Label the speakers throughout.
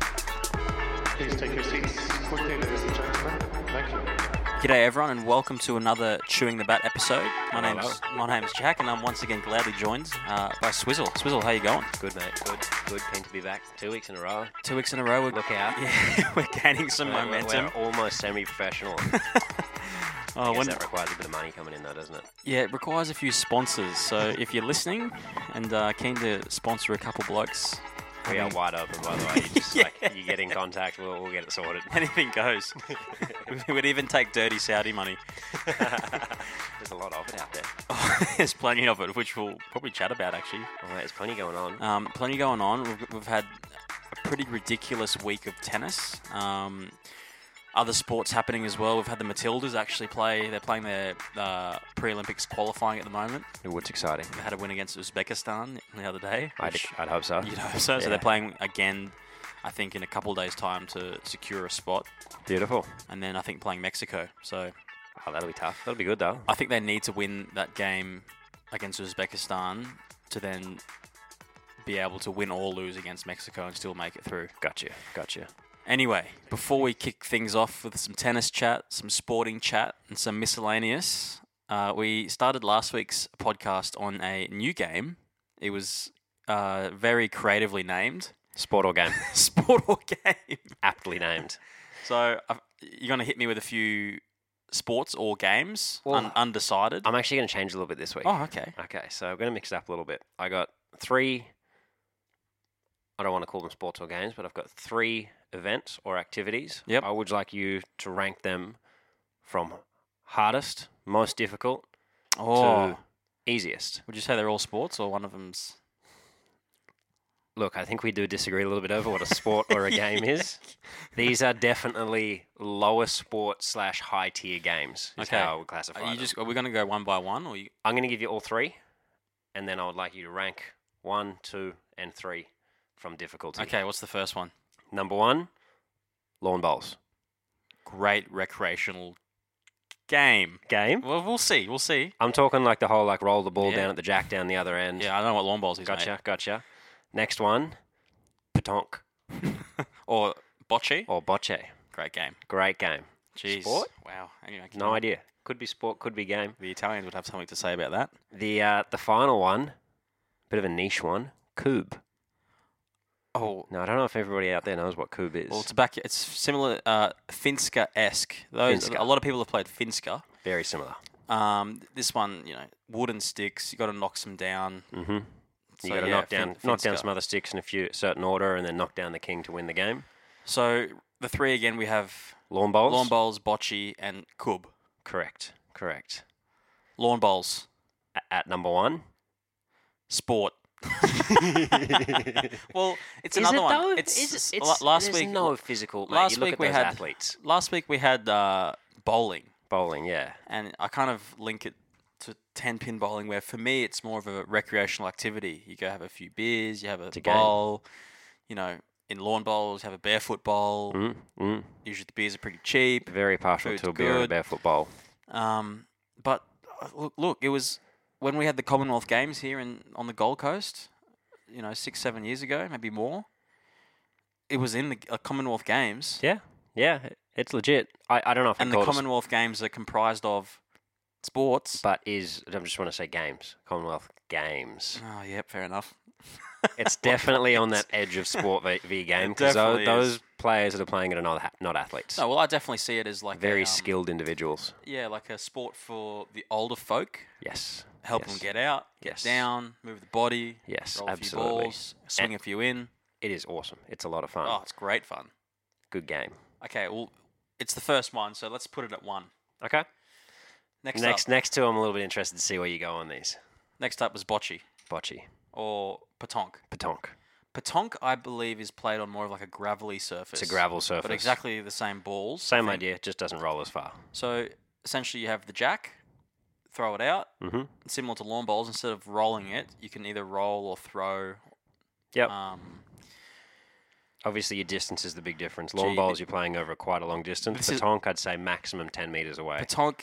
Speaker 1: Please take your seats quickly, ladies and gentlemen. Thank you.
Speaker 2: G'day everyone, and welcome to another Chewing the Bat episode. My name's my name's Jack, and I'm once again gladly joined uh, by Swizzle. Swizzle, how you going?
Speaker 3: Good, mate. Good. Good. Keen to be back. Two weeks in a row.
Speaker 2: Two weeks in a row, we're
Speaker 3: Look out.
Speaker 2: Yeah, we're gaining some
Speaker 3: We're- we're-
Speaker 2: momentum.
Speaker 3: We're almost semi-professional.
Speaker 2: oh,
Speaker 3: I guess
Speaker 2: when-
Speaker 3: that requires a bit of money coming in, though, doesn't it?
Speaker 2: yeah, it requires a few sponsors. So if you're listening and uh, keen to sponsor a couple blokes,
Speaker 3: We
Speaker 2: I
Speaker 3: are
Speaker 2: mean,
Speaker 3: wide open, by the way. You just like you get in contact, we'll, we'll get it sorted.
Speaker 2: Anything goes. we would even take dirty Saudi money.
Speaker 3: There's a lot of it out there.
Speaker 2: There's plenty of it, which we'll probably chat about actually.
Speaker 3: Oh, mate, there's plenty going on.
Speaker 2: Um, plenty going on. We've, we've had a pretty ridiculous week of tennis. Um, other sports happening as well. We've had the Matildas actually play. They're playing their uh, pre-Olympics qualifying at the moment.
Speaker 3: What's exciting?
Speaker 2: They had a win against Uzbekistan the other day.
Speaker 3: I'd,
Speaker 2: which-
Speaker 3: I'd hope so.
Speaker 2: you know, so, so
Speaker 3: Yeah.
Speaker 2: they're playing again. I think in a couple days' time to secure a spot,
Speaker 3: Beautiful.
Speaker 2: and then I think playing Mexico. So
Speaker 3: Oh, that'll be tough. That'll be good, though.
Speaker 2: I think they need to win that game against Uzbekistan to then be able to win or lose against Mexico and still make it through.
Speaker 3: Gotcha. Gotcha.
Speaker 2: Anyway, before we kick things off with some tennis chat, some sporting chat, and some miscellaneous, uh, we started last week's podcast on a new game. It was uh, very creatively named
Speaker 3: Sport or game?
Speaker 2: Sport or Game.
Speaker 3: Aptly named.
Speaker 2: So i you're going to hit me with a few sports or games,
Speaker 3: Well,
Speaker 2: un- undecided.
Speaker 3: I'm actually going to change a little bit this week.
Speaker 2: oh, okay.
Speaker 3: Okay, so I'm going to mix it up a little bit. I got three. I don't want to call them sports or games, but I've got three events or activities.
Speaker 2: Yep.
Speaker 3: I would like you to rank them from hardest, most difficult,
Speaker 2: Oh,
Speaker 3: to easiest.
Speaker 2: would you say they're all sports or one of them's?
Speaker 3: Look, I think we do disagree a little bit over what a sport or a game is. These are definitely lower sport slash high tier games. Is
Speaker 2: Okay.
Speaker 3: how I would classify
Speaker 2: Are you
Speaker 3: them.
Speaker 2: just are we going to go one by one or you?
Speaker 3: I'm going to give you all three, and then I would like you to rank one, two, and three from difficulty.
Speaker 2: Okay, what's the first one?
Speaker 3: Number one, lawn bowls.
Speaker 2: Great recreational game.
Speaker 3: Game.
Speaker 2: Well, we'll see. We'll see.
Speaker 3: I'm talking like the whole like roll the ball
Speaker 2: Yeah.
Speaker 3: down at the jack down the other end.
Speaker 2: Yeah, I know what lawn bowls is. mate.
Speaker 3: Gotcha. Gotcha. Next one, petonk
Speaker 2: Or bocce.
Speaker 3: or bocce.
Speaker 2: Great game.
Speaker 3: Great game.
Speaker 2: Jeez.
Speaker 3: Sport?
Speaker 2: Wow. Anyway, can
Speaker 3: No
Speaker 2: you-
Speaker 3: idea. Could be sport. Could be game.
Speaker 2: The Italians would have something to say about that.
Speaker 3: The uh, the final one, bit of a niche one. Coob.
Speaker 2: Oh.
Speaker 3: Now I don't know if everybody out there knows what coob is.
Speaker 2: Well, it's back. It's similar, uh, Finska-esque. Those
Speaker 3: Finska.
Speaker 2: a lot of people have played Finska.
Speaker 3: Very similar.
Speaker 2: Um, this one, you know, wooden sticks. You got to knock some down.
Speaker 3: Mm-hmm. You
Speaker 2: So,
Speaker 3: got to
Speaker 2: yeah,
Speaker 3: knock down
Speaker 2: Fin-
Speaker 3: knock down
Speaker 2: Finska.
Speaker 3: some other sticks in a few certain order, and then knock down the king to win the game.
Speaker 2: So the three again, we have
Speaker 3: Lawn bowls.
Speaker 2: lawn bowls, bocce, and kub.
Speaker 3: Correct. Correct.
Speaker 2: Lawn bowls,
Speaker 3: A- at number one.
Speaker 2: sport. well, it's
Speaker 3: Is
Speaker 2: another
Speaker 3: it
Speaker 2: one.
Speaker 3: though?
Speaker 2: It's,
Speaker 3: Is it-
Speaker 2: la- last
Speaker 3: there's
Speaker 2: week.
Speaker 3: No physical. Mate.
Speaker 2: last
Speaker 3: you look
Speaker 2: week
Speaker 3: at
Speaker 2: we
Speaker 3: those
Speaker 2: had-
Speaker 3: athletes
Speaker 2: Last week we had uh, bowling,
Speaker 3: bowling. Yeah,
Speaker 2: and I kind of link it to ten pin bowling, where for me it's more of a recreational activity. You go have a few beers, you have a
Speaker 3: a game.
Speaker 2: bowl, you know. In lawn bowls, you have a barefoot bowl.
Speaker 3: mm, mm.
Speaker 2: Usually the beers are pretty cheap.
Speaker 3: very partial
Speaker 2: Food's
Speaker 3: to a beer and a
Speaker 2: good.
Speaker 3: barefoot bowl.
Speaker 2: Um, but uh, look, look, it was when we had the Commonwealth Games here in on the Gold Coast, you know, six, seven years ago, maybe more. It was in the uh, Commonwealth Games,
Speaker 3: Yeah, yeah, it's legit. I, I don't know if
Speaker 2: and
Speaker 3: I
Speaker 2: the
Speaker 3: call it a
Speaker 2: Commonwealth Games are comprised of sports.
Speaker 3: s- but is I just want to say games Commonwealth Games.
Speaker 2: oh, yeah, fair enough.
Speaker 3: It's definitely on that edge of sport v, v game
Speaker 2: It
Speaker 3: because
Speaker 2: definitely
Speaker 3: those,
Speaker 2: is.
Speaker 3: players that are playing it are not ha- not athletes.
Speaker 2: No, well, I definitely see it as like a,
Speaker 3: very
Speaker 2: um,
Speaker 3: skilled individuals.
Speaker 2: Yeah, like a sport for the older folk.
Speaker 3: Yes,
Speaker 2: Help
Speaker 3: yes.
Speaker 2: them get out, get
Speaker 3: Yes.
Speaker 2: down, move the body,
Speaker 3: Yes,
Speaker 2: roll a few
Speaker 3: absolutely.
Speaker 2: balls, swing a few in.
Speaker 3: It is awesome. It's a lot of fun.
Speaker 2: Oh, it's great fun.
Speaker 3: Good game.
Speaker 2: Okay, well, it's the first one, so let's put it at one.
Speaker 3: Okay.
Speaker 2: Next,
Speaker 3: Next
Speaker 2: next
Speaker 3: next, next two, I'm a little bit interested to see where you go on these.
Speaker 2: Next up was bocce
Speaker 3: Bocce,
Speaker 2: or petonk.
Speaker 3: petonk.
Speaker 2: Petonk, I believe, is played on more of like a gravelly surface.
Speaker 3: It's a gravel surface.
Speaker 2: But exactly the same balls. I
Speaker 3: Same
Speaker 2: think.
Speaker 3: idea, just doesn't roll as far.
Speaker 2: So essentially, you have the jack, throw it out.
Speaker 3: Mm-hmm.
Speaker 2: Similar to lawn bowls, instead of rolling it, you can either roll or throw.
Speaker 3: Yep.
Speaker 2: Um,
Speaker 3: Obviously, your distance is the big difference.
Speaker 2: Gee,
Speaker 3: Lawn
Speaker 2: but-
Speaker 3: bowls, you're playing over quite a long distance.
Speaker 2: This is-
Speaker 3: Petonk, I'd say maximum 10 meters away.
Speaker 2: petonk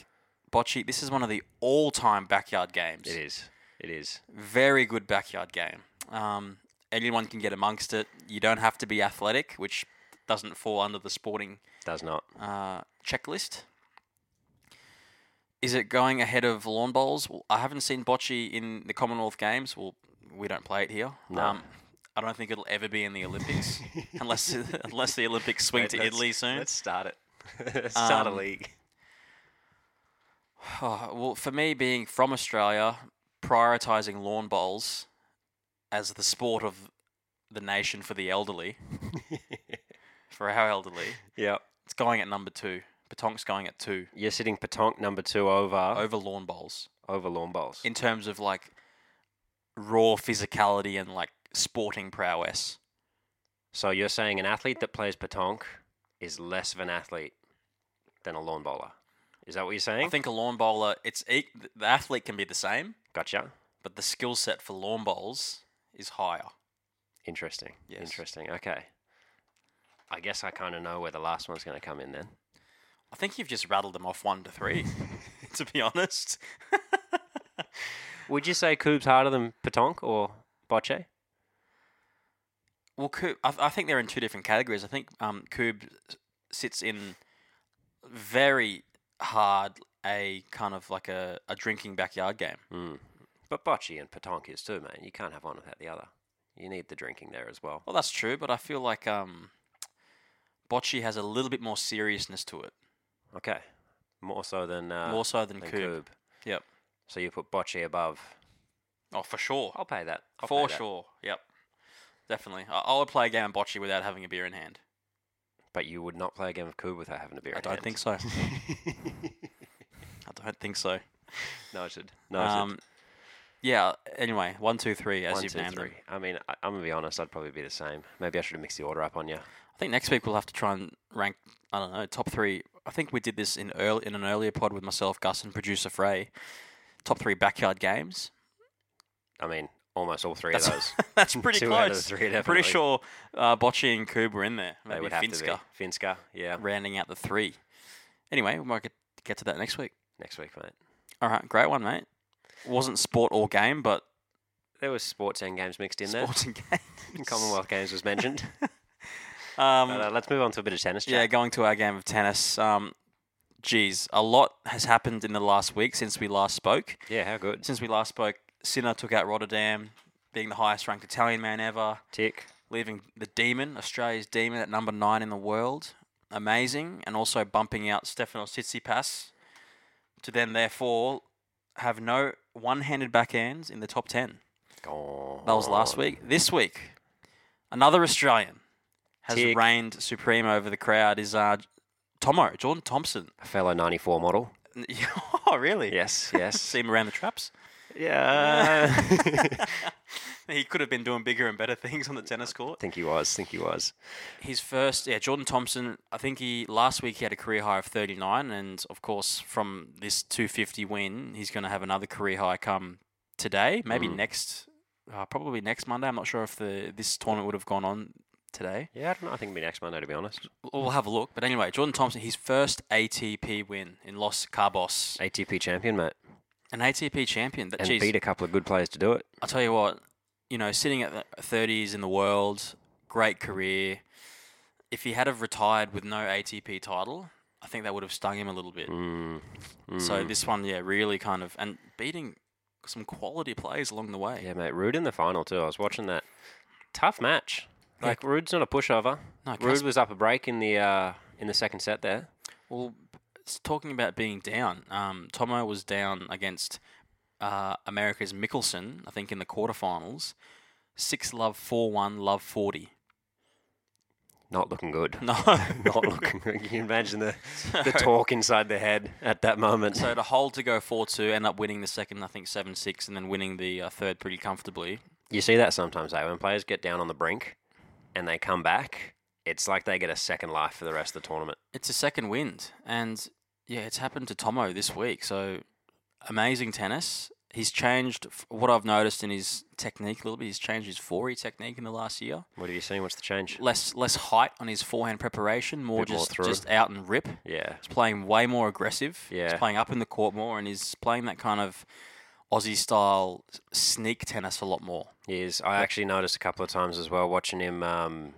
Speaker 2: Bocce, this is one of the all-time backyard games.
Speaker 3: It is. It is.
Speaker 2: Very good backyard game. Um, anyone can get amongst it. You don't have to be athletic, which doesn't fall under the sporting
Speaker 3: Does not.
Speaker 2: uh, checklist. Is it going ahead of lawn bowls? Well, I haven't seen bocce in the Commonwealth Games. Well, we don't play it here. Um,
Speaker 3: No.
Speaker 2: I don't think it'll ever be in the Olympics, unless unless the Olympics swing to Italy soon. Um,
Speaker 3: Let's start it. let's
Speaker 2: start
Speaker 3: start
Speaker 2: a
Speaker 3: a league.
Speaker 2: Oh, well, for me, being from Australia, prioritising lawn bowls as the sport of the nation for the elderly, for our elderly,
Speaker 3: Yep.
Speaker 2: it's going at number two. Patonk's going at two
Speaker 3: You're sitting Patonk number two over
Speaker 2: over lawn bowls
Speaker 3: over lawn bowls.
Speaker 2: in terms of like raw physicality and like sporting prowess.
Speaker 3: So you're saying an athlete that plays Patonk is less of an athlete than a lawn bowler. Is that what you're saying?
Speaker 2: I think a lawn bowler, it's e- the athlete can be the same,
Speaker 3: gotcha.
Speaker 2: but the skill set for lawn bowls is higher.
Speaker 3: Interesting.
Speaker 2: Yes.
Speaker 3: Interesting. Okay. I guess I kind of know where the last one's going to come in then.
Speaker 2: I think you've just rattled them off one to three, to be honest.
Speaker 3: Would you say Coop's harder than Patonk or Bocce?
Speaker 2: Well, Coob, I, I think they're in two different categories. I think um, Coob s- sits in very hard a kind of like a, a drinking backyard game.
Speaker 3: Mm. But Bocce and Patonk is too, man. You can't have one without the other. You need the drinking there as well.
Speaker 2: Well, that's true, but I feel like um, Bocce has a little bit more seriousness to it,
Speaker 3: Okay. More so than, uh,
Speaker 2: more so than
Speaker 3: than
Speaker 2: Coob.
Speaker 3: Coob.
Speaker 2: Yep.
Speaker 3: So you put Bocce above.
Speaker 2: Oh, for sure.
Speaker 3: I'll pay that. I'll
Speaker 2: for
Speaker 3: pay that.
Speaker 2: sure. Yep. Definitely. I, I would play a game of Bocce without having a beer in hand.
Speaker 3: But you would not play a game of Coob without having a beer.
Speaker 2: I
Speaker 3: in
Speaker 2: don't
Speaker 3: hand.
Speaker 2: think so. I don't think so.
Speaker 3: Noted. Noted.
Speaker 2: Um, yeah, anyway, one, two, three, as
Speaker 3: One,
Speaker 2: you've
Speaker 3: two,
Speaker 2: named them.
Speaker 3: three. I mean, I, I'm gonna be honest. I'd probably be the same. Maybe I should have mixed the order up on you.
Speaker 2: I think next week we'll have to try and rank. I don't know top three. I think we did this in early, in an earlier pod with myself, Gus, and producer Frey. Top three backyard games.
Speaker 3: I mean, almost all three
Speaker 2: That's
Speaker 3: of those.
Speaker 2: That's pretty
Speaker 3: Two
Speaker 2: close.
Speaker 3: out of the three,
Speaker 2: I'm
Speaker 3: definitely.
Speaker 2: pretty sure uh, Bocce and Coob were in there. Maybe
Speaker 3: they would have
Speaker 2: Finska
Speaker 3: to be. Finska. Yeah.
Speaker 2: rounding out the three. Anyway, we might get, get to that next week.
Speaker 3: Next week, mate.
Speaker 2: All right, great one, mate. Wasn't sport or game, but
Speaker 3: There was sports and games mixed in
Speaker 2: sports and game.
Speaker 3: there. Commonwealth Games was mentioned.
Speaker 2: Um,
Speaker 3: but, uh, let's move on to a bit of tennis.
Speaker 2: Yeah,
Speaker 3: Chat.
Speaker 2: going to our game of tennis. Um, geez, a lot has happened in the last week since we last spoke.
Speaker 3: Yeah. How good?
Speaker 2: Since we last spoke, Sinner took out Rotterdam, being the highest ranked Italian man ever,
Speaker 3: Tick.
Speaker 2: leaving the Demon, Australia's Demon, at number nine in the world. Amazing. And also bumping out Stefanos Tsitsipas to then, therefore, have no one handed backhands in the top 10.
Speaker 3: Gone.
Speaker 2: That was last
Speaker 3: Oh.
Speaker 2: week. This week, another Australian has
Speaker 3: Tick.
Speaker 2: reigned supreme over the crowd is uh, Tomo, Jordan Thompson.
Speaker 3: A fellow '94 model.
Speaker 2: oh, really?
Speaker 3: Yes. Yes.
Speaker 2: See him around the traps.
Speaker 3: yeah. I
Speaker 2: He could have been doing bigger and better things on the tennis court.
Speaker 3: think he was. Think he was.
Speaker 2: His first, yeah, Jordan Thompson, I think he last week he had a career high of 39. And of course, from this 250 win, he's going to have another career high come today, maybe
Speaker 3: Mm.
Speaker 2: next, uh, probably next Monday. I'm not sure if the this tournament would have gone on today.
Speaker 3: Yeah. I don't know. I think it'll be next Monday, to be honest.
Speaker 2: We'll have a look. But anyway, Jordan Thompson, his first ATP win in Los Cabos.
Speaker 3: ATP champion, mate,
Speaker 2: An ATP champion. That,
Speaker 3: and
Speaker 2: geez,
Speaker 3: beat a couple of good players to do it.
Speaker 2: I'll tell you what, you know, sitting at the 30s in the world, great career. If he had have retired with no ATP title, I think that would have stung him a little bit.
Speaker 3: Mm.
Speaker 2: So
Speaker 3: Mm.
Speaker 2: this one, yeah, really kind of, and beating some quality players along the way.
Speaker 3: Yeah, mate. Rude in the final too. I was watching that. Tough match.
Speaker 2: Yeah.
Speaker 3: Like Rude's not a pushover.
Speaker 2: No,
Speaker 3: Rude
Speaker 2: Cas-
Speaker 3: was up a break in the uh, in the second set there.
Speaker 2: Well, it's talking about being down. Um, Tomo was down against uh, America's Mickelson, I think, in the quarterfinals. Six love four one love forty.
Speaker 3: Not looking good.
Speaker 2: No,
Speaker 3: not looking good. Can you imagine the, the talk inside the head at that moment?
Speaker 2: So to hold to go four two, end up winning the second, I think seven six, and then winning the uh, third pretty comfortably.
Speaker 3: you see that sometimes, though. When players get down on the brink and they come back, it's like they get a second life for the rest of the tournament.
Speaker 2: It's a second wind, and yeah, it's happened to Tomo this week. So amazing tennis. he's changed f- what I've noticed in his technique a little bit. He's changed his forehand technique in the last year.
Speaker 3: What have you seen? What's the change?
Speaker 2: Less less height on his forehand preparation, more
Speaker 3: Bit more
Speaker 2: just
Speaker 3: through.
Speaker 2: just out and rip.
Speaker 3: Yeah.
Speaker 2: He's playing way more aggressive.
Speaker 3: Yeah.
Speaker 2: He's playing up in the court more, and he's playing that kind of Aussie style s- sneak tennis a lot more.
Speaker 3: He is. I actually noticed a couple of times as well watching him. Um,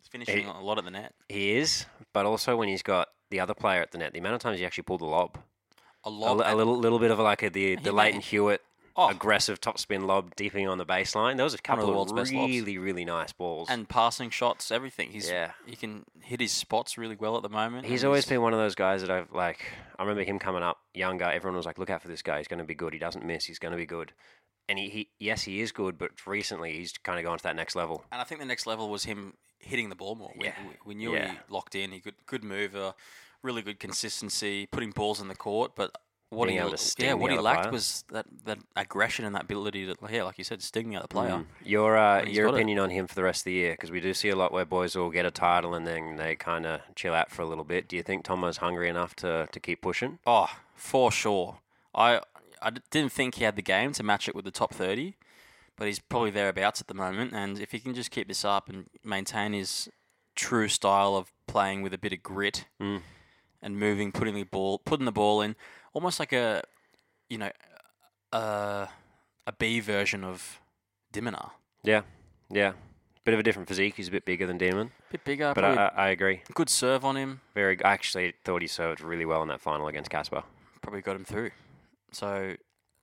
Speaker 2: He's finishing a lot at the net.
Speaker 3: he is, but also when he's got the other player at the net, the amount of times he actually pulled the lob.
Speaker 2: A
Speaker 3: A,
Speaker 2: lot.
Speaker 3: li- a little, little bit of like a, the the
Speaker 2: made-
Speaker 3: Leighton Hewitt
Speaker 2: Oh.
Speaker 3: aggressive topspin lob deeping on the baseline. There was a
Speaker 2: One of the
Speaker 3: couple
Speaker 2: world's
Speaker 3: of,
Speaker 2: best lobs.
Speaker 3: really, really nice balls.
Speaker 2: and passing shots, everything. He's
Speaker 3: Yeah.
Speaker 2: He can hit his spots really well at the moment.
Speaker 3: He's
Speaker 2: and
Speaker 3: always been one of those guys that I've like. I remember him coming up younger. Everyone was like, "Look out for this guy. He's going to be good. He doesn't miss. He's going to be good." And he, he, yes, he is good, but recently he's kind of gone to that next level.
Speaker 2: And I think the next level was him hitting the ball more. We,
Speaker 3: Yeah.
Speaker 2: we, we knew he
Speaker 3: Yeah.
Speaker 2: locked in. He good good mover, really good consistency, putting balls in the court. But what
Speaker 3: Being
Speaker 2: he
Speaker 3: able to
Speaker 2: l- yeah,
Speaker 3: sting
Speaker 2: what
Speaker 3: the
Speaker 2: he
Speaker 3: other
Speaker 2: lacked
Speaker 3: player.
Speaker 2: was that, that aggression and that ability to yeah, like you said, sting the other player.
Speaker 3: Mm. Your uh,
Speaker 2: he's
Speaker 3: your
Speaker 2: got it.
Speaker 3: opinion on him for the rest of the year? Because we do see a lot where boys will get a title and then they kind of chill out for a little bit. Do you think Tomo's hungry enough to, to keep pushing?
Speaker 2: Oh, for sure. I I d- didn't think he had the game to match it with the top thirty, but he's probably thereabouts at the moment. And if he can just keep this up and maintain his true style of playing with a bit of grit
Speaker 3: Mm.
Speaker 2: and moving, putting the ball, putting the ball in, almost like a, you know, a a B version of Dimina.
Speaker 3: Yeah, yeah. Bit of a different physique. He's a bit bigger than Demon,
Speaker 2: Bit bigger,
Speaker 3: but
Speaker 2: probably
Speaker 3: I, I, I agree.
Speaker 2: good serve on him.
Speaker 3: Very. I actually thought he served really well in that final against Casper.
Speaker 2: probably got him through. So,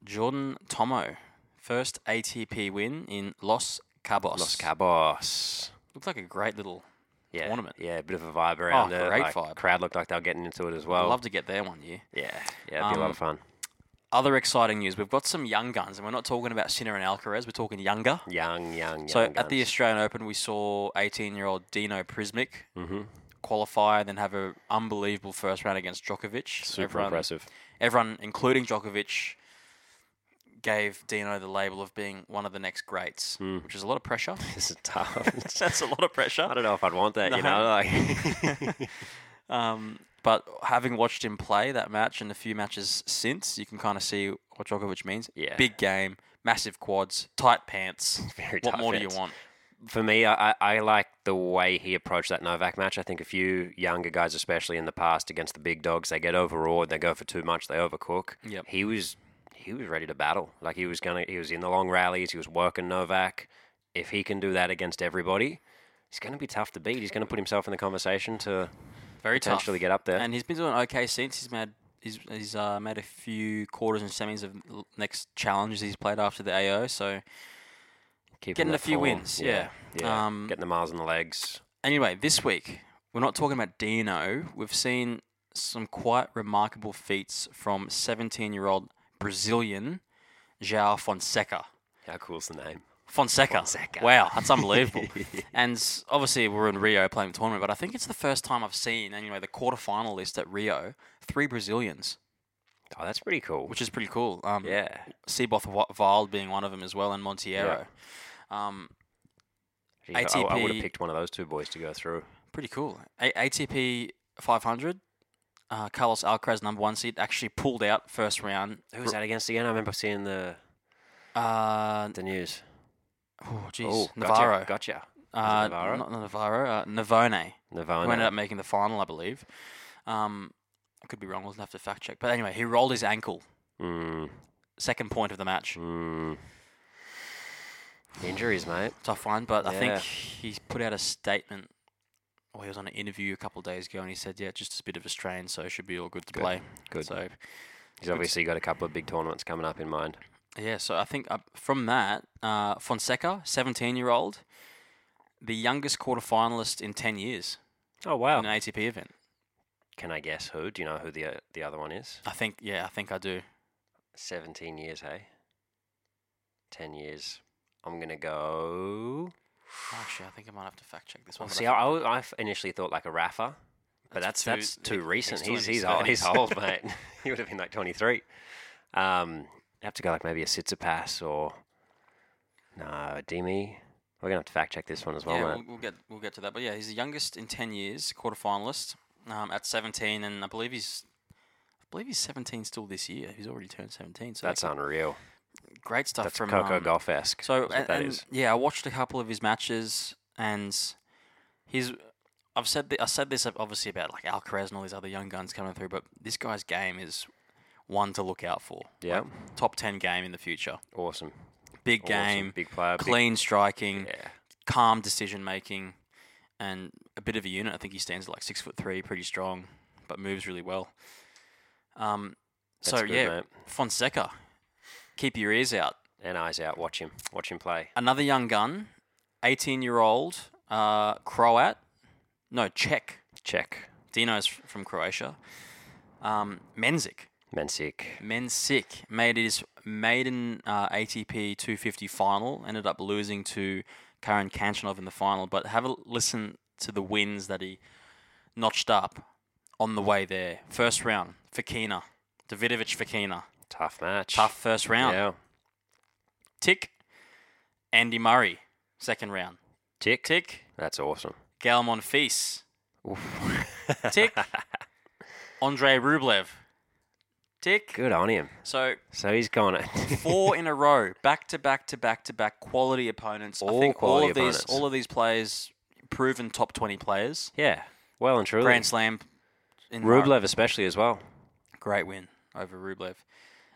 Speaker 2: Jordan Tomo, first ATP win in Los Cabos.
Speaker 3: Los Cabos.
Speaker 2: Looked like a great little.
Speaker 3: yeah,
Speaker 2: tournament. Oh,
Speaker 3: Yeah, a bit of a vibe around it.
Speaker 2: great
Speaker 3: like,
Speaker 2: vibe.
Speaker 3: Crowd looked like they were getting into it as
Speaker 2: I'd
Speaker 3: well.
Speaker 2: love Um, to get there one year.
Speaker 3: yeah, yeah, it'd be a lot of fun.
Speaker 2: Other exciting news: we've got some young guns, and we're not talking about Sinner and Alcaraz. We're talking younger.
Speaker 3: Young, young, young.
Speaker 2: so at the
Speaker 3: guns.
Speaker 2: Australian Open, we saw 18-year-old Dino Prismic
Speaker 3: Mhm.
Speaker 2: qualify and then have an unbelievable first round against Djokovic.
Speaker 3: super
Speaker 2: Everyone-
Speaker 3: impressive.
Speaker 2: everyone, including Djokovic, gave Dino the label of being one of the next greats,
Speaker 3: Hmm.
Speaker 2: which is a lot of pressure.
Speaker 3: This is tough.
Speaker 2: That's a lot of pressure.
Speaker 3: I don't know if I'd want that. You
Speaker 2: No.
Speaker 3: know, like
Speaker 2: Um, but having watched him play that match and a few matches since, you can kind of see what Djokovic means.
Speaker 3: Yeah.
Speaker 2: Big game, massive quads, tight pants.
Speaker 3: Very
Speaker 2: what
Speaker 3: tight
Speaker 2: more do
Speaker 3: pants.
Speaker 2: you want?
Speaker 3: for me, I, I- I like the way he approached that Novak match. I think a few younger guys, especially in the past, against the big dogs, they get overawed. They go for too much. They overcook.
Speaker 2: Yep.
Speaker 3: He was he was ready to battle. Like he was gonna. He was in the long rallies. He was working Novak. If he can do that against everybody, he's gonna be tough to beat. He's gonna put himself in the conversation to
Speaker 2: Very tough.
Speaker 3: potentially get up there.
Speaker 2: And he's been doing okay since. He's made he's, he's uh, made a few quarters and semis of l- next challenges he's played after the AO. So
Speaker 3: Keep
Speaker 2: getting
Speaker 3: him
Speaker 2: a
Speaker 3: that
Speaker 2: few
Speaker 3: form.
Speaker 2: wins,
Speaker 3: Yeah.
Speaker 2: yeah.
Speaker 3: yeah.
Speaker 2: Um,
Speaker 3: getting the miles on the legs.
Speaker 2: anyway, this week we're not talking about Dino. We've seen some quite remarkable feats from 17-year-old Brazilian João Fonseca.
Speaker 3: How cool's the name?
Speaker 2: Fonseca.
Speaker 3: Fonseca.
Speaker 2: Wow, that's unbelievable. and s- obviously, we're in Rio playing the tournament, but I think it's the first time I've seen, anyway, the quarterfinal list at Rio, three Brazilians,
Speaker 3: Oh, that's pretty cool.
Speaker 2: which is pretty cool. Um,
Speaker 3: yeah.
Speaker 2: Seaboth Wild being one of them as well, and Montiero. Um,
Speaker 3: Jeez, I- I, would
Speaker 2: ATP
Speaker 3: have picked one of those two boys to go through.
Speaker 2: pretty cool. A- ATP 500, uh, Carlos Alcaraz, number one seed, actually pulled out first round.
Speaker 3: Who was that against again? I remember seeing the
Speaker 2: Uh,
Speaker 3: the news.
Speaker 2: oh, jeez.
Speaker 3: Oh,
Speaker 2: Navarro.
Speaker 3: Gotcha. gotcha.
Speaker 2: Uh,
Speaker 3: Navarro?
Speaker 2: Not Navarro, uh, Navone.
Speaker 3: Nirvana.
Speaker 2: who ended up making the final, I believe. Um, I could be wrong. We'll have to fact check. But anyway, he rolled his ankle.
Speaker 3: Mm,
Speaker 2: Second point of the match.
Speaker 3: mm. Injuries, mate.
Speaker 2: Tough one, but I think
Speaker 3: Yeah.
Speaker 2: he put out a statement. Or he was on an interview a couple of days ago, and he said, "Yeah, just a bit of a strain, so it should be all good to
Speaker 3: Good,
Speaker 2: play."
Speaker 3: good.
Speaker 2: So
Speaker 3: He's obviously got a couple of big tournaments coming up in mind.
Speaker 2: yeah, so I think uh, from that, uh, Fonseca, seventeen-year-old, the youngest quarterfinalist in ten years
Speaker 3: Oh wow!
Speaker 2: in an ATP event.
Speaker 3: Can I guess who? Do you know who the uh, the other one is?
Speaker 2: I think. Yeah, I think I do.
Speaker 3: Seventeen years, hey. Ten years. I'm gonna go.
Speaker 2: Actually, I think I might have to fact check this one.
Speaker 3: Well,
Speaker 2: but I
Speaker 3: see, I, I was- I f- initially thought like a Rafa, but
Speaker 2: That's
Speaker 3: that's
Speaker 2: too-
Speaker 3: that's too
Speaker 2: he-
Speaker 3: recent.
Speaker 2: he's
Speaker 3: He's
Speaker 2: still in
Speaker 3: he's
Speaker 2: his
Speaker 3: old, he's
Speaker 2: 30s.
Speaker 3: old, mate. he would have been like 23. Um, I'd have to go like maybe a Sitsipas or no Dimi. We're gonna have to fact check this one as well,
Speaker 2: yeah,
Speaker 3: mate.
Speaker 2: we'll, we'll get we'll get to that. But yeah, he's the youngest in ten years, quarterfinalist um, at seventeen, and I believe he's I believe he's seventeen still this year. He's already turned seventeen, so that
Speaker 3: that's unreal.
Speaker 2: Great stuff
Speaker 3: That's
Speaker 2: from
Speaker 3: Coco
Speaker 2: um,
Speaker 3: Golf esque.
Speaker 2: So
Speaker 3: what
Speaker 2: and,
Speaker 3: that
Speaker 2: and,
Speaker 3: is.
Speaker 2: yeah, I watched a couple of his matches, and his. I've said th- I said this obviously about like Alcaraz and all these other young guns coming through, but this guy's game is one to look out for.
Speaker 3: Yeah.
Speaker 2: Like, top ten game in the future.
Speaker 3: Awesome.
Speaker 2: Big
Speaker 3: Awesome.
Speaker 2: game,
Speaker 3: Big player. big-
Speaker 2: clean striking,
Speaker 3: yeah.
Speaker 2: calm decision making, and a bit of a unit. I think he stands at like six foot three, pretty strong, but moves really well. Um,
Speaker 3: That's
Speaker 2: so
Speaker 3: good,
Speaker 2: yeah,
Speaker 3: mate.
Speaker 2: Fonseca, keep your ears out.
Speaker 3: And eyes out. Watch him. Watch him play.
Speaker 2: another young gun, 18 year old uh, Croat, no, Czech.
Speaker 3: Check.
Speaker 2: Dino's f- from Croatia. Um, Menzik.
Speaker 3: Mensik.
Speaker 2: Menzik made his maiden uh, ATP 250 final, ended up losing to Karen Kanchanov in the final. But have a listen to the wins that he notched up on the way there. First round, Fakina. Davidovic Fakina.
Speaker 3: Tough match.
Speaker 2: Tough first round.
Speaker 3: Yeah.
Speaker 2: Tick. Andy Murray, second round.
Speaker 3: Tick.
Speaker 2: Tick.
Speaker 3: That's awesome.
Speaker 2: Gael Monfils.
Speaker 3: Oof.
Speaker 2: Tick. Andre Rublev. Tick.
Speaker 3: Good on him.
Speaker 2: So
Speaker 3: So he's gone.
Speaker 2: four in a row, back to back to back to back, quality opponents. I
Speaker 3: All
Speaker 2: think all
Speaker 3: quality
Speaker 2: of
Speaker 3: opponents.
Speaker 2: these all of these players proven top twenty players.
Speaker 3: yeah. Well and truly.
Speaker 2: Grand Slam in row.
Speaker 3: Rublev especially as well.
Speaker 2: Great win over Rublev.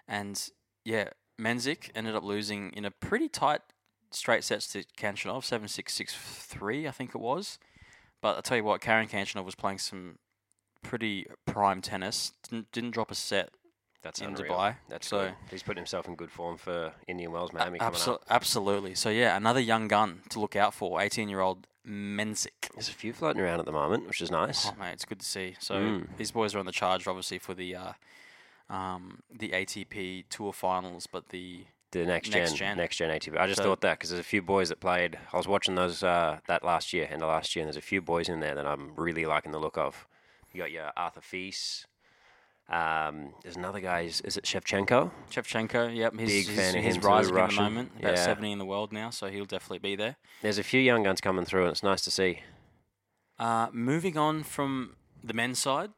Speaker 2: And yeah, Menzik ended up losing in a pretty tight straight sets to Kanchanov, 7 6 6 3, I think it was. But I tell you what, Karen Kanchanov was playing some pretty prime tennis. Didn't, didn't drop a set.
Speaker 3: That's
Speaker 2: In
Speaker 3: unreal.
Speaker 2: Dubai,
Speaker 3: That's
Speaker 2: so-
Speaker 3: good. He's putting himself in good form for Indian Wells, Miami coming
Speaker 2: Absol-
Speaker 3: up.
Speaker 2: absolutely. So yeah, another young gun to look out for, 18 year old Menzik.
Speaker 3: There's a few floating around at the moment, which is nice.
Speaker 2: Oh mate, it's good to see. So
Speaker 3: Mm.
Speaker 2: these boys are on the charge, obviously, for the uh, um, the ATP Tour Finals, but the
Speaker 3: The next,
Speaker 2: Next
Speaker 3: gen,
Speaker 2: gen.
Speaker 3: next gen ATP. I just
Speaker 2: So-
Speaker 3: thought that because there's a few boys that played. I was watching those uh, that last year, end of last year, and there's a few boys in there that I'm really liking the look of. You got your Arthur Fees. Um, there's another guy. Is, is it Shevchenko?
Speaker 2: Chevchenko, yep, he's,
Speaker 3: Big
Speaker 2: he's,
Speaker 3: fan of
Speaker 2: he's
Speaker 3: him too,
Speaker 2: rising at the
Speaker 3: Russian.
Speaker 2: moment. About
Speaker 3: Yeah.
Speaker 2: 70 in the world now, so he'll definitely be there.
Speaker 3: There's a few young guns coming through, and it's nice to see.
Speaker 2: Uh, moving on from the men's side,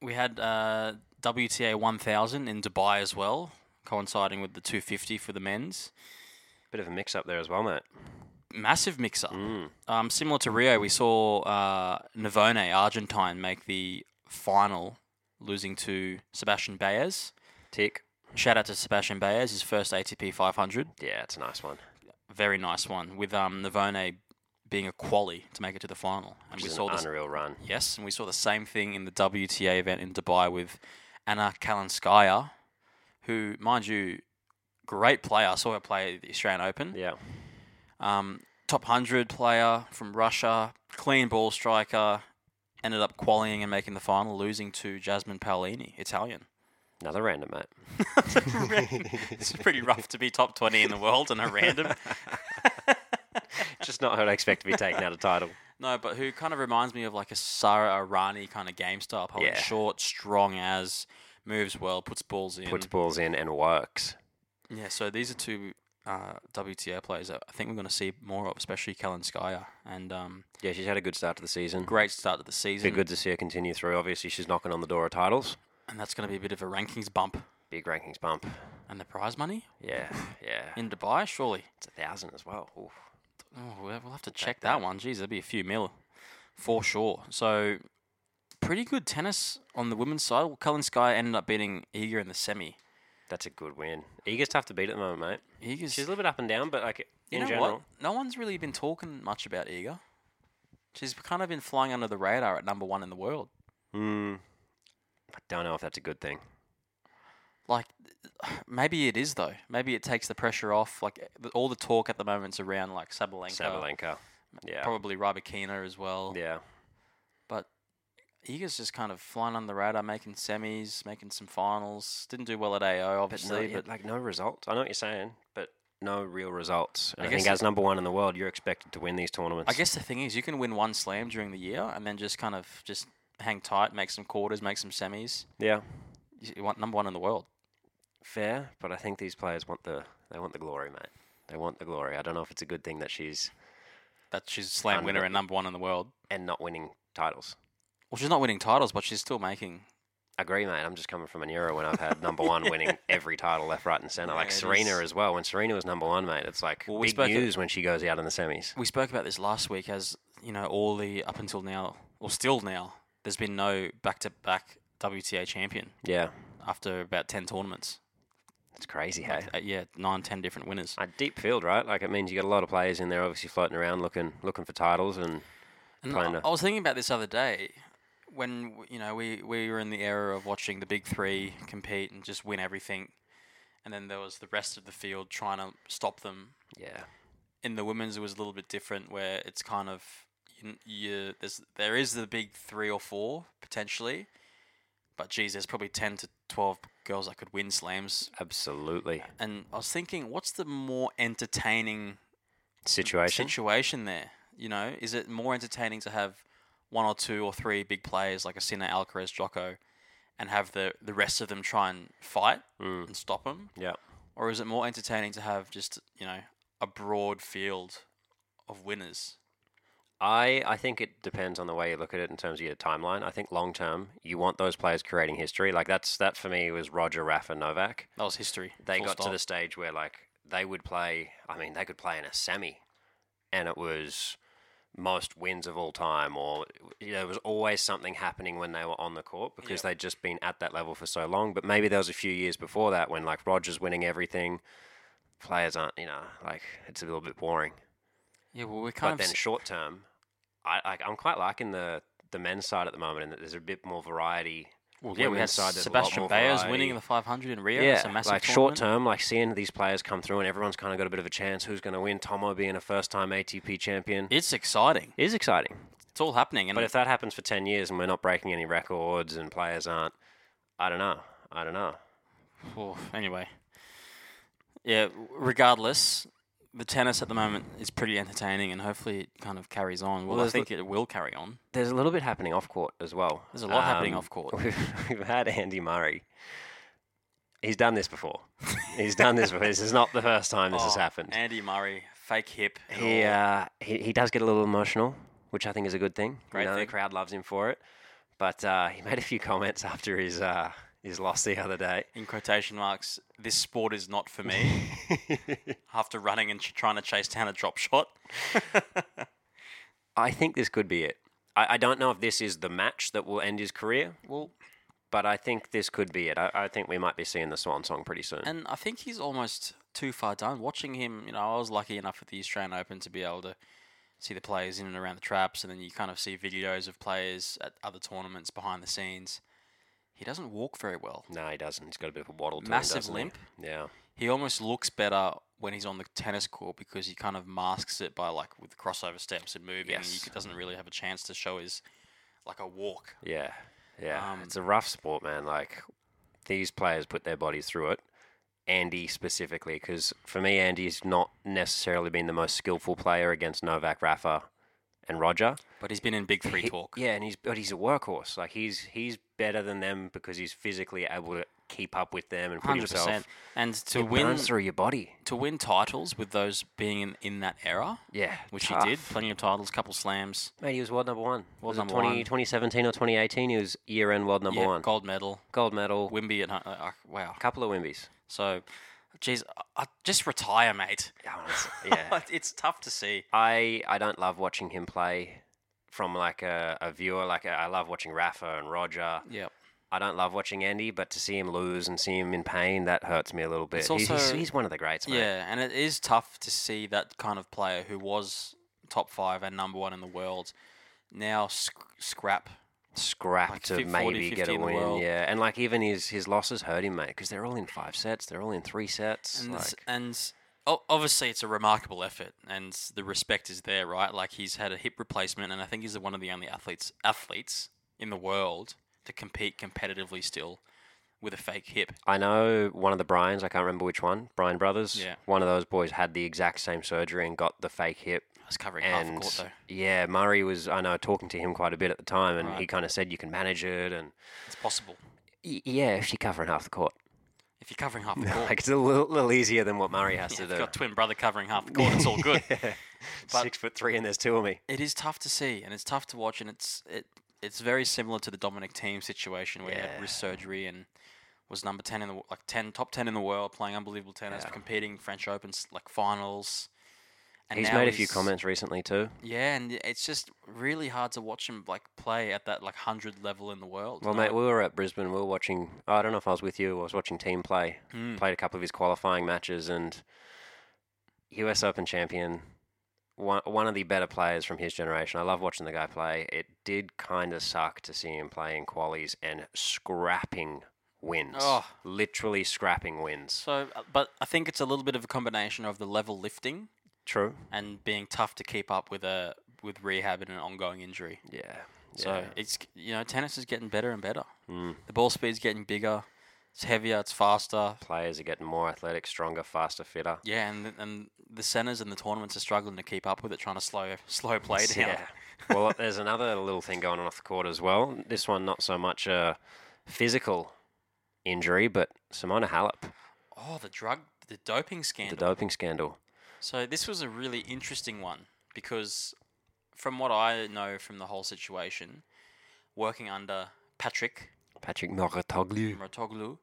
Speaker 2: we had uh, WTA 1000 in Dubai as well, coinciding with the 250 for the men's.
Speaker 3: Bit of a mix up there as well, mate.
Speaker 2: Massive mix up.
Speaker 3: Mm.
Speaker 2: Um, similar to Rio, we saw uh, Navone, Argentine, make the final, losing to Sebastian Baez.
Speaker 3: Tick.
Speaker 2: Shout out to Sebastian Baez, his first ATP 500.
Speaker 3: Yeah, it's a nice one.
Speaker 2: very nice one with um, Navone being a quali to make it to the final, and
Speaker 3: Which
Speaker 2: we
Speaker 3: is
Speaker 2: saw
Speaker 3: an
Speaker 2: this.
Speaker 3: unreal run.
Speaker 2: Yes, and we saw the same thing in the WTA event in Dubai with Anna Kalinskaya, who, mind you, great player. I saw her play at the Australian Open.
Speaker 3: Yeah.
Speaker 2: Um, top hundred player from Russia, clean ball striker. Ended up qualifying and making the final, losing to Jasmine Paolini, Italian.
Speaker 3: Another random, mate.
Speaker 2: it's pretty rough to be top twenty in the world and a random.
Speaker 3: Just not how I expect to be taken out of title.
Speaker 2: No, but who kind of reminds me of like a Sara Arani kind of game style. Holding
Speaker 3: Yeah.
Speaker 2: short, strong as, moves well, puts balls in.
Speaker 3: Puts balls in and works.
Speaker 2: yeah, so these are two uh, WTA players that I think we're going to see more of, especially Kalinskaya. And um,
Speaker 3: Yeah, she's had a good start to the season.
Speaker 2: great start to the
Speaker 3: Be
Speaker 2: season.
Speaker 3: good to see her continue through. Obviously, she's knocking on the door of titles.
Speaker 2: And that's going to be a bit of a rankings bump.
Speaker 3: Big rankings bump.
Speaker 2: And the prize money
Speaker 3: Yeah, yeah.
Speaker 2: in Dubai, surely.
Speaker 3: It's a thousand as well. Oof.
Speaker 2: Oh, we'll we'll have to check that one. Geez, that'd be a few mil for sure. So, pretty good tennis on the women's side. Well, Kalinskaya ended up beating Iga in the semi.
Speaker 3: That's a good win. Eager's tough to beat at the moment, mate.
Speaker 2: Iga's
Speaker 3: She's a little bit up and down, but like in general,
Speaker 2: No one's really been talking much about Iga. She's kind of been flying under the radar at number one in the world.
Speaker 3: Mm, I don't know if that's a good thing.
Speaker 2: Like, maybe it is though. Maybe it takes the pressure off. Like th- all the talk at the moment's around like Sabalenka,
Speaker 3: Sabalenka. Yeah.
Speaker 2: probably Rybakina as well.
Speaker 3: Yeah.
Speaker 2: But Iga's just kind of flying under the radar, making semis, making some finals. Didn't do well at AO,
Speaker 3: But,
Speaker 2: obviously,
Speaker 3: no,
Speaker 2: but
Speaker 3: like no results. I know what you're saying, but no real results.
Speaker 2: I
Speaker 3: And I, think
Speaker 2: guess
Speaker 3: as number one in the world, you're expected to win these tournaments.
Speaker 2: I guess the thing is, you can win one slam during the year and then just kind of just hang tight, make some quarters, make some semis.
Speaker 3: Yeah.
Speaker 2: You want number one in the world.
Speaker 3: fair, but I think these players want the they want the glory, mate. They want the glory. I don't know if it's a good thing that she's
Speaker 2: That she's a slam
Speaker 3: Under-
Speaker 2: winner and number one in the world.
Speaker 3: and not winning titles.
Speaker 2: Well, she's not winning titles, but she's still making
Speaker 3: agree, mate. I'm just coming from an era when I've had number one winning every title left, right, and centre.
Speaker 2: Yeah,
Speaker 3: like
Speaker 2: it
Speaker 3: Serena
Speaker 2: is.
Speaker 3: as well. When Serena was number one, mate, it's like
Speaker 2: Well, we
Speaker 3: big
Speaker 2: spoke a-
Speaker 3: news when she goes out in the semis.
Speaker 2: we spoke about this last week as you know all the up until now or still now there's been no back-to-back WTA champion
Speaker 3: Yeah,
Speaker 2: after about 10 tournaments
Speaker 3: it's crazy, hey.
Speaker 2: Like, uh, yeah 9 10 different winners
Speaker 3: A deep field, right? Like it means you got a lot of players in there, obviously floating around looking looking for titles, and
Speaker 2: and
Speaker 3: playing
Speaker 2: I,
Speaker 3: a-
Speaker 2: I was thinking about this other day when w- you know we we were in the era of watching the big 3 compete and just win everything and then there was the rest of the field trying to stop them
Speaker 3: yeah,
Speaker 2: in the women's it was a little bit different where it's kind of you, you there's there is the big three or four potentially but geez there's probably 10 to 12 girls that could win slams
Speaker 3: absolutely.
Speaker 2: and i was thinking what's the more entertaining
Speaker 3: Situation.
Speaker 2: situation there you know is it more entertaining to have one or two or three big players like a Sinner, alcaraz jocko and have the, the rest of them try and fight
Speaker 3: Mm.
Speaker 2: and stop them
Speaker 3: yeah,
Speaker 2: or is it more entertaining to have just you know a broad field of winners?
Speaker 3: I I think it depends on the way you look at it in terms of your timeline. I think long term, you want those players creating history. Like that's that for me was Roger, Rafa, Novak.
Speaker 2: That was history.
Speaker 3: they
Speaker 2: full
Speaker 3: got to
Speaker 2: stop.
Speaker 3: the stage where like they would play i mean they could play in a semi and it was most wins of all time or you know, there was always something happening when they were on the court because they'd just been at that level for so long but maybe there was a few years before that when like rogers winning everything players aren't you know like it's a little bit boring
Speaker 2: Yeah, well, we're kind
Speaker 3: but
Speaker 2: of
Speaker 3: then
Speaker 2: s-
Speaker 3: short term i like i'm quite liking the the men's side at the moment in that there's a bit more variety
Speaker 2: well, yeah, we had
Speaker 3: women's side, there's a lot
Speaker 2: Sebastian
Speaker 3: more
Speaker 2: Bayer's
Speaker 3: variety.
Speaker 2: winning the 500 in Rio. it's a massive
Speaker 3: like short
Speaker 2: tournament.
Speaker 3: term, like seeing these players come through and everyone's kind of got a bit of a chance. Who's going to win? Tomo being a first-time ATP champion
Speaker 2: It's exciting.
Speaker 3: is exciting.
Speaker 2: It's all happening, and
Speaker 3: But if that happens for ten years and we're not breaking any records and players aren't, I don't know. I don't know.
Speaker 2: oh, anyway, yeah. w- Regardless, the tennis at the moment is pretty entertaining, and hopefully it kind of carries on. Well, I
Speaker 3: there's the-
Speaker 2: think it will carry on.
Speaker 3: There's a little bit happening off court as well.
Speaker 2: There's a lot happening
Speaker 3: Um,
Speaker 2: off court.
Speaker 3: We've, we've had Andy Murray. He's done this before. He's done this before. This is not the first time this has
Speaker 2: Oh,
Speaker 3: happened.
Speaker 2: Andy Murray, fake hip. and
Speaker 3: He,
Speaker 2: all.
Speaker 3: uh, he he does get a little emotional, which I think is a good thing.
Speaker 2: Great
Speaker 3: you know,
Speaker 2: thing.
Speaker 3: The crowd loves him for it. But uh, he made a few comments after his uh, his loss the other day.
Speaker 2: in quotation marks, this sport is not for me. After running and ch- trying to chase down a drop shot,
Speaker 3: I think this could be it. I, I don't know if this is the match that will end his career.
Speaker 2: Well-
Speaker 3: but I think this could be it. I, I think we might be seeing the swan song pretty soon.
Speaker 2: and I think he's almost too far done. Watching him, you know, I was lucky enough at the Australian Open to be able to see the players in and around the traps, and then you kind of see videos of players at other tournaments behind the scenes. He doesn't walk very well.
Speaker 3: no, he doesn't. He's got a bit of a waddle to him,
Speaker 2: Massive
Speaker 3: doesn't he?
Speaker 2: limp.
Speaker 3: Yeah.
Speaker 2: He almost looks better when he's on the tennis court because he kind of masks it by like with crossover steps and moving.
Speaker 3: Yes.
Speaker 2: He doesn't really have a chance to show his like a walk.
Speaker 3: Yeah, yeah.
Speaker 2: Um,
Speaker 3: it's a rough sport, man. Like these players put their bodies through it. Andy specifically, because for me, Andy's not necessarily been the most skillful player against Novak, Rafa, and Roger.
Speaker 2: But he's been in big three
Speaker 3: He-
Speaker 2: talk.
Speaker 3: Yeah, and he's but he's a workhorse. Like he's he's better than them because he's physically able to keep up with them and put
Speaker 2: hundred percent.
Speaker 3: himself.
Speaker 2: And to
Speaker 3: It
Speaker 2: win
Speaker 3: burns through your body.
Speaker 2: to win titles with those being in, in that era,
Speaker 3: Yeah,
Speaker 2: which
Speaker 3: tough.
Speaker 2: he did, plenty of titles, couple slams,
Speaker 3: Mate, he was world number one.
Speaker 2: World
Speaker 3: was
Speaker 2: number
Speaker 3: it 20,
Speaker 2: one.
Speaker 3: 2017 or 2018? He was year end world number
Speaker 2: yeah,
Speaker 3: one.
Speaker 2: gold
Speaker 3: Gold,
Speaker 2: medal,
Speaker 3: medal,
Speaker 2: Wimby, and uh, uh, wow.
Speaker 3: couple of Wimbies.
Speaker 2: So, geez, uh, just retire, mate.
Speaker 3: Yeah, it's- yeah.
Speaker 2: it's tough to see.
Speaker 3: I I don't love watching him play from like a, a viewer. Like I love watching Rafa and Roger.
Speaker 2: Yep.
Speaker 3: I don't love watching Andy, but to see him lose and see him in pain, that hurts me a little bit.
Speaker 2: It's
Speaker 3: He's- he's,
Speaker 2: also-
Speaker 3: he's one of the greats, mate.
Speaker 2: Yeah, and it is tough to see that kind of player who was top five and number one in the world now sc- scrap.
Speaker 3: Scrap
Speaker 2: Like
Speaker 3: to
Speaker 2: 50, 40,
Speaker 3: maybe get
Speaker 2: 50
Speaker 3: a
Speaker 2: in the
Speaker 3: win.
Speaker 2: world.
Speaker 3: Yeah, and like even his his losses hurt him, mate, because they're all in five sets. They're all in three sets.
Speaker 2: And, it's-
Speaker 3: like,
Speaker 2: and o- obviously, it's a remarkable effort, and the respect is there, right? Like he's had a hip replacement, and I think he's one of the only athletes athletes in the world to compete competitively still with a fake hip.
Speaker 3: I know one of the Bryans. I can't remember which one. Bryan brothers.
Speaker 2: Yeah.
Speaker 3: One of those boys had the exact same surgery and got the fake hip.
Speaker 2: I was covering half a
Speaker 3: and
Speaker 2: court though.
Speaker 3: yeah, Murray was I know talking to him quite a bit at the time, and
Speaker 2: Right.
Speaker 3: he kind of said you can manage it, and
Speaker 2: It's possible
Speaker 3: y- yeah, if you're covering half the court,
Speaker 2: if you're covering half the court.
Speaker 3: like it's a little, little easier than what Murray has
Speaker 2: yeah, if
Speaker 3: to
Speaker 2: you've
Speaker 3: do.
Speaker 2: got twin brother covering half the court. It's all good.
Speaker 3: Six foot three, and there's two of me.
Speaker 2: it is tough to see and it's tough to watch and it's it it's very similar to the Dominic Team situation where he
Speaker 3: Yeah.
Speaker 2: had wrist surgery and was number ten in the wo- like ten top ten in the world, playing unbelievable tennis,
Speaker 3: Yeah.
Speaker 2: competing French Opens like finals. And
Speaker 3: he's
Speaker 2: now
Speaker 3: made a few
Speaker 2: he's-
Speaker 3: comments recently too.
Speaker 2: Yeah, and it's just really hard to watch him like play at that like hundred level in the world.
Speaker 3: Well,
Speaker 2: Like,
Speaker 3: mate, we were at Brisbane. We were watching. I don't know if I was with you. I was watching team play.
Speaker 2: mm,
Speaker 3: Played a couple of his qualifying matches and U.S. Open champion. One, one of the better players from his generation. I love watching the guy play. It did kind of suck to see him playing qualies and scrapping wins.
Speaker 2: Oh.
Speaker 3: Literally scrapping wins.
Speaker 2: so, uh, but I think it's a little bit of a combination of the level lifting
Speaker 3: True.
Speaker 2: and being tough to keep up with a with rehab and an ongoing injury.
Speaker 3: Yeah.
Speaker 2: So it's you know tennis is getting better and better.
Speaker 3: Mm.
Speaker 2: The ball speed's getting bigger. It's heavier. It's faster.
Speaker 3: players are getting more athletic, stronger, faster, fitter.
Speaker 2: Yeah, and th- and the centers and the tournaments are struggling to keep up with it, trying to slow slow play down.
Speaker 3: Yeah. well, there's another little thing going on off the court as well. This one not so much a physical injury, but Simona Halep,
Speaker 2: Oh, the drug, the doping
Speaker 3: the
Speaker 2: scandal.
Speaker 3: doping scandal.
Speaker 2: so this was a really interesting one because, from what I know from the whole situation, working under Patrick
Speaker 3: Patrick Mouratoglou.
Speaker 2: Murtoglu,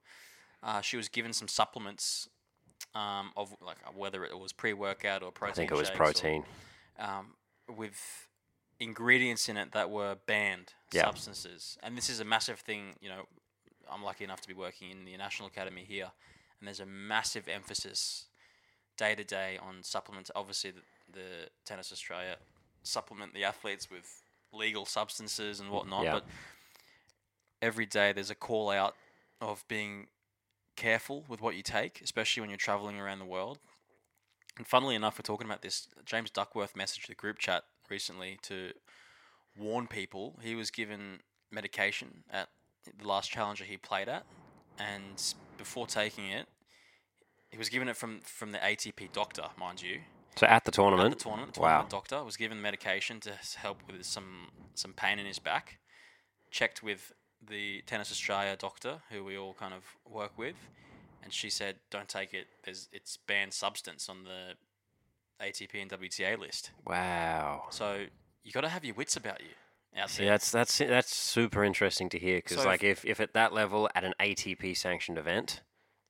Speaker 2: uh, she was given some supplements. Um, of like uh, whether it was pre-workout or protein.
Speaker 3: I think it was
Speaker 2: shakes or-
Speaker 3: protein.
Speaker 2: um, with ingredients in it that were banned
Speaker 3: Yeah.
Speaker 2: substances. And this is a massive thing. You know, I'm lucky enough to be working in the National Academy here, and there's a massive emphasis day to day on supplements. Obviously, the, the Tennis Australia supplement the athletes with legal substances and whatnot,
Speaker 3: Yeah.
Speaker 2: but every day there's a call out of being careful with what you take, especially when you're traveling around the world. And funnily enough, we're talking about this. James Duckworth messaged the group chat recently to warn people he was given medication at the last challenger he played at, and before taking it, he was given it from from the ATP doctor, mind you,
Speaker 3: So at the tournament.
Speaker 2: at the tournament.
Speaker 3: wow.
Speaker 2: tournament doctor was given medication to s- help with some some pain in his back. Checked with the Tennis Australia doctor, who we all kind of work with, and she said, "Don't take it. There's it's banned substance on the ATP and WTA list.
Speaker 3: Wow.
Speaker 2: So you got to have your wits about you out
Speaker 3: See,
Speaker 2: there."
Speaker 3: that's that's that's super interesting to hear because
Speaker 2: So
Speaker 3: like if, if at that level at an ATP sanctioned event,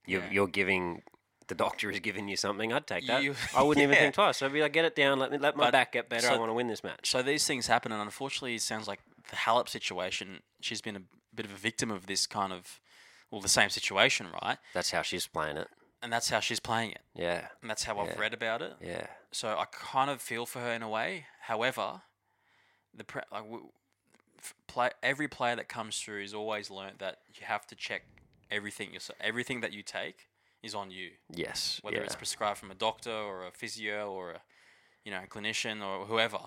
Speaker 3: you're
Speaker 2: Yeah.
Speaker 3: you're giving the doctor is giving you something. I'd take that.
Speaker 2: You-
Speaker 3: I wouldn't even
Speaker 2: yeah.
Speaker 3: think twice. I'd be like, get it down. Let me let my
Speaker 2: But-
Speaker 3: back get better. I
Speaker 2: so-
Speaker 3: want to win this match.
Speaker 2: So these things happen, and unfortunately, it sounds like the Halep situation. She's been a bit of a victim of this kind of, well, the same situation, right?
Speaker 3: That's how she's playing it.
Speaker 2: And that's how she's playing it,
Speaker 3: Yeah,
Speaker 2: and that's how I've
Speaker 3: Yeah.
Speaker 2: read about it.
Speaker 3: yeah.
Speaker 2: so I kind of feel for her in a way. However, the pre- like w- f- play every player that comes through is always learnt that you have to check everything yourself. Everything that you take is on you,
Speaker 3: Yes.
Speaker 2: whether
Speaker 3: yeah.
Speaker 2: it's prescribed from a doctor or a physio or a you know clinician or whoever.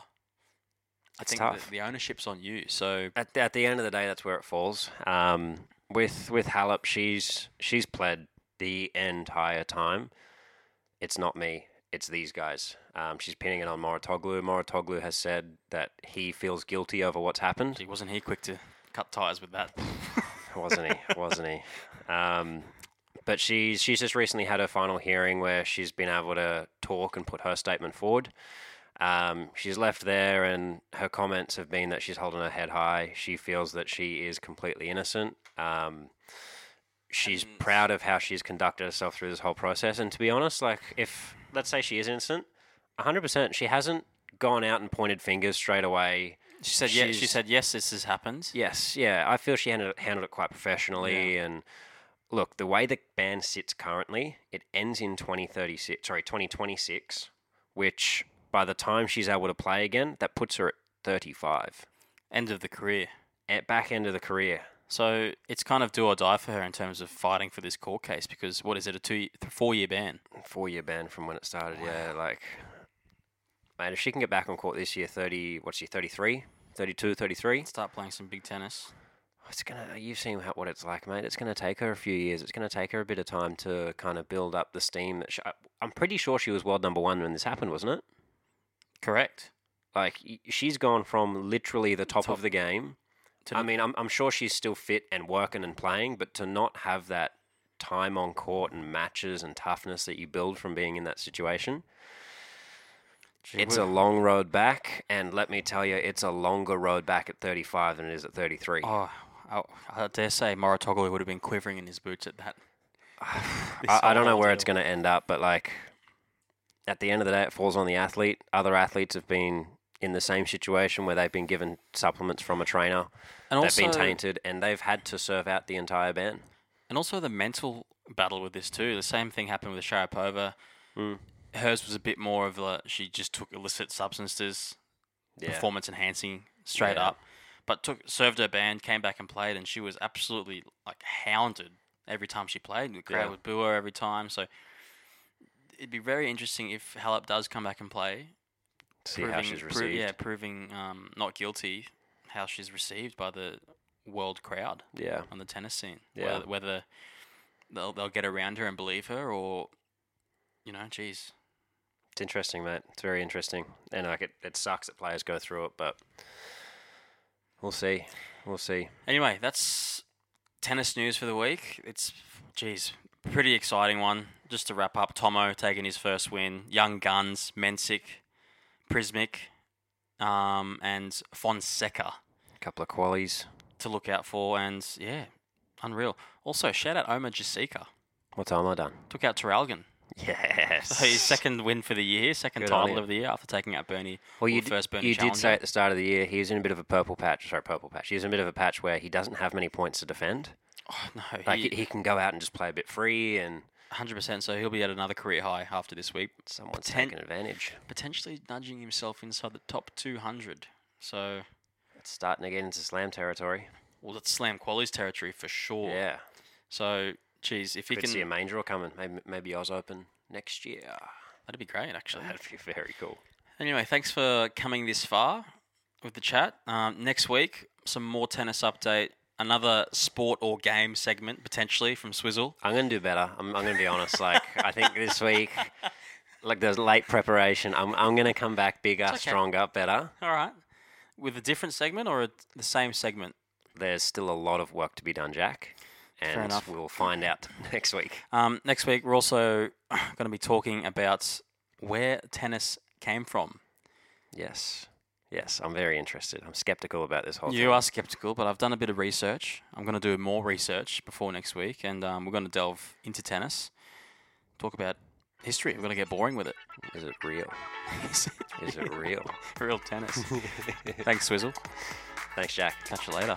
Speaker 2: I
Speaker 3: It's
Speaker 2: think
Speaker 3: tough.
Speaker 2: The, the ownership's on you. So
Speaker 3: at, at the end of the day, that's where it falls. Um, with with Halep, she's she's pled the entire time. It's not me. It's these guys. Um, she's pinning it on Moritoglu. Moritoglu has said that he feels guilty over what's happened.
Speaker 2: gee, wasn't he quick to cut ties with that?
Speaker 3: wasn't he? Wasn't he? Um, but she's she's just recently had her final hearing where she's been able to talk and put her statement forward. Um, she's left there, and her comments have been that she's holding her head high. She feels that she is completely innocent. Um, she's
Speaker 2: And-
Speaker 3: proud of how she's conducted herself through this whole process. And to be honest, like if let's say she is innocent, hundred percent, she hasn't gone out and pointed fingers straight away.
Speaker 2: She said yes. She
Speaker 3: She's-
Speaker 2: said yes. This has happened.
Speaker 3: Yes, yeah. I feel she handled it, handled it quite professionally. And look, the way the ban sits currently, it ends in 2036, sorry, 2026, which by the time she's able to play again, that puts her at 35,
Speaker 2: End of the career.
Speaker 3: at back end of the career.
Speaker 2: So it's kind of do or die for her in terms of fighting for this court case because what is it a two th- four year ban?
Speaker 3: Four year ban from when it started. Yeah, like, man, if she can get back on court this year, 30, what's she, 33? 32, 33?
Speaker 2: Start playing some big tennis.
Speaker 3: It's gonna. You've seen how, what it's like, mate. It's gonna take her a few years. It's gonna take her a bit of time to kind of build up the steam. That she, I- I'm pretty sure she was world number one when this happened, wasn't it?
Speaker 2: Correct.
Speaker 3: Like y- she's gone from literally the top,
Speaker 2: Top.
Speaker 3: of the game.
Speaker 2: To
Speaker 3: I
Speaker 2: n-
Speaker 3: mean, I'm I'm sure she's still fit and working and playing, but to not have that time on court and matches and toughness that you build from being in that situation,
Speaker 2: Gee whiz.
Speaker 3: It's a long road back, and let me tell you, it's a longer road back at 35 than it is at 33.
Speaker 2: Oh, I, I dare say Moritoglu would have been quivering in his boots at that.
Speaker 3: I, I don't know where it's going to end up, but like at the end of the day, it falls on the athlete. Other athletes have been in the same situation where they've been given supplements from a trainer,
Speaker 2: And
Speaker 3: they've
Speaker 2: also,
Speaker 3: been tainted, and they've had to serve out the entire ban.
Speaker 2: and also the mental battle with this too. The same thing happened with Sharapova. Hmm.
Speaker 3: Mm.
Speaker 2: Hers was a bit more of a she just took illicit substances, performance enhancing straight
Speaker 3: Yeah.
Speaker 2: up, but took served her band, came back and played, and she was absolutely like hounded every time she played. and The crowd
Speaker 3: Yeah.
Speaker 2: would boo her every time. So it'd be very interesting if Halep does come back and play.
Speaker 3: See how she's
Speaker 2: pro-
Speaker 3: received.
Speaker 2: yeah, proving um, not guilty, how she's received by the world crowd
Speaker 3: yeah.
Speaker 2: on the tennis scene.
Speaker 3: Yeah.
Speaker 2: Whether, whether they'll, they'll get around her and believe her or, you know, geez.
Speaker 3: It's interesting, mate. It's very interesting, and like it, it sucks that players go through it, but we'll see. We'll see.
Speaker 2: Anyway, that's tennis news for the week. It's, geez, pretty exciting one. Just to wrap up, Tomo taking his first win. Young Guns, Mensic, Prismic, um, and Fonseca
Speaker 3: A couple of qualies.
Speaker 2: to look out for. And yeah, unreal. Also, shout out Omar Jasica.
Speaker 3: What time am I done?
Speaker 2: Took out Teralgan.
Speaker 3: Yes.
Speaker 2: So his Oh, second win for the year, second
Speaker 3: Good on
Speaker 2: title
Speaker 3: you.
Speaker 2: of the year after taking out Bernie.
Speaker 3: Well,
Speaker 2: or
Speaker 3: you,
Speaker 2: the
Speaker 3: d-
Speaker 2: first Bernie
Speaker 3: you did say
Speaker 2: Challenger.
Speaker 3: at the start of the year he was in a bit of a purple patch. Sorry, purple patch. He was in a bit of a patch where he doesn't have many points to defend.
Speaker 2: Oh, no,
Speaker 3: Like
Speaker 2: he-
Speaker 3: he, he can go out and just play a bit free, and
Speaker 2: Hundred percent. So he'll be at another career high after this week,
Speaker 3: someone's
Speaker 2: Poten-
Speaker 3: taking advantage.
Speaker 2: potentially nudging himself inside the top two hundred. So,
Speaker 3: It's starting to get into slam territory.
Speaker 2: well, that's slam qualies territory for sure.
Speaker 3: Yeah,
Speaker 2: So, geez, if he
Speaker 3: could
Speaker 2: can,
Speaker 3: see a main draw coming. Maybe, maybe Oz Open next year.
Speaker 2: that'd be great, actually.
Speaker 3: That'd be very cool.
Speaker 2: Anyway, thanks for coming this far with the chat. Um, next week, some more tennis update, another sport or game segment potentially from Swizzle.
Speaker 3: I'm gonna do better. I'm, I'm gonna be honest. Like I think this week, like there's late preparation. I'm I'm gonna come back bigger,
Speaker 2: okay.
Speaker 3: stronger, better.
Speaker 2: All right, with a different segment or a, the same segment.
Speaker 3: There's still a lot of work to be done, Jack. And
Speaker 2: enough.
Speaker 3: we'll find out next week.
Speaker 2: Um, next week, we're also going to be talking about where tennis came from.
Speaker 3: Yes. Yes, I'm very interested. I'm skeptical about this whole
Speaker 2: You
Speaker 3: thing.
Speaker 2: are skeptical, but I've done a bit of research. I'm going to do more research before next week, and um, we're going to delve into tennis, talk about history. We're going to get boring with it.
Speaker 3: Is it real? Is it real?
Speaker 2: Real tennis. Thanks, Swizzle.
Speaker 3: Thanks, Jack.
Speaker 2: Catch you later.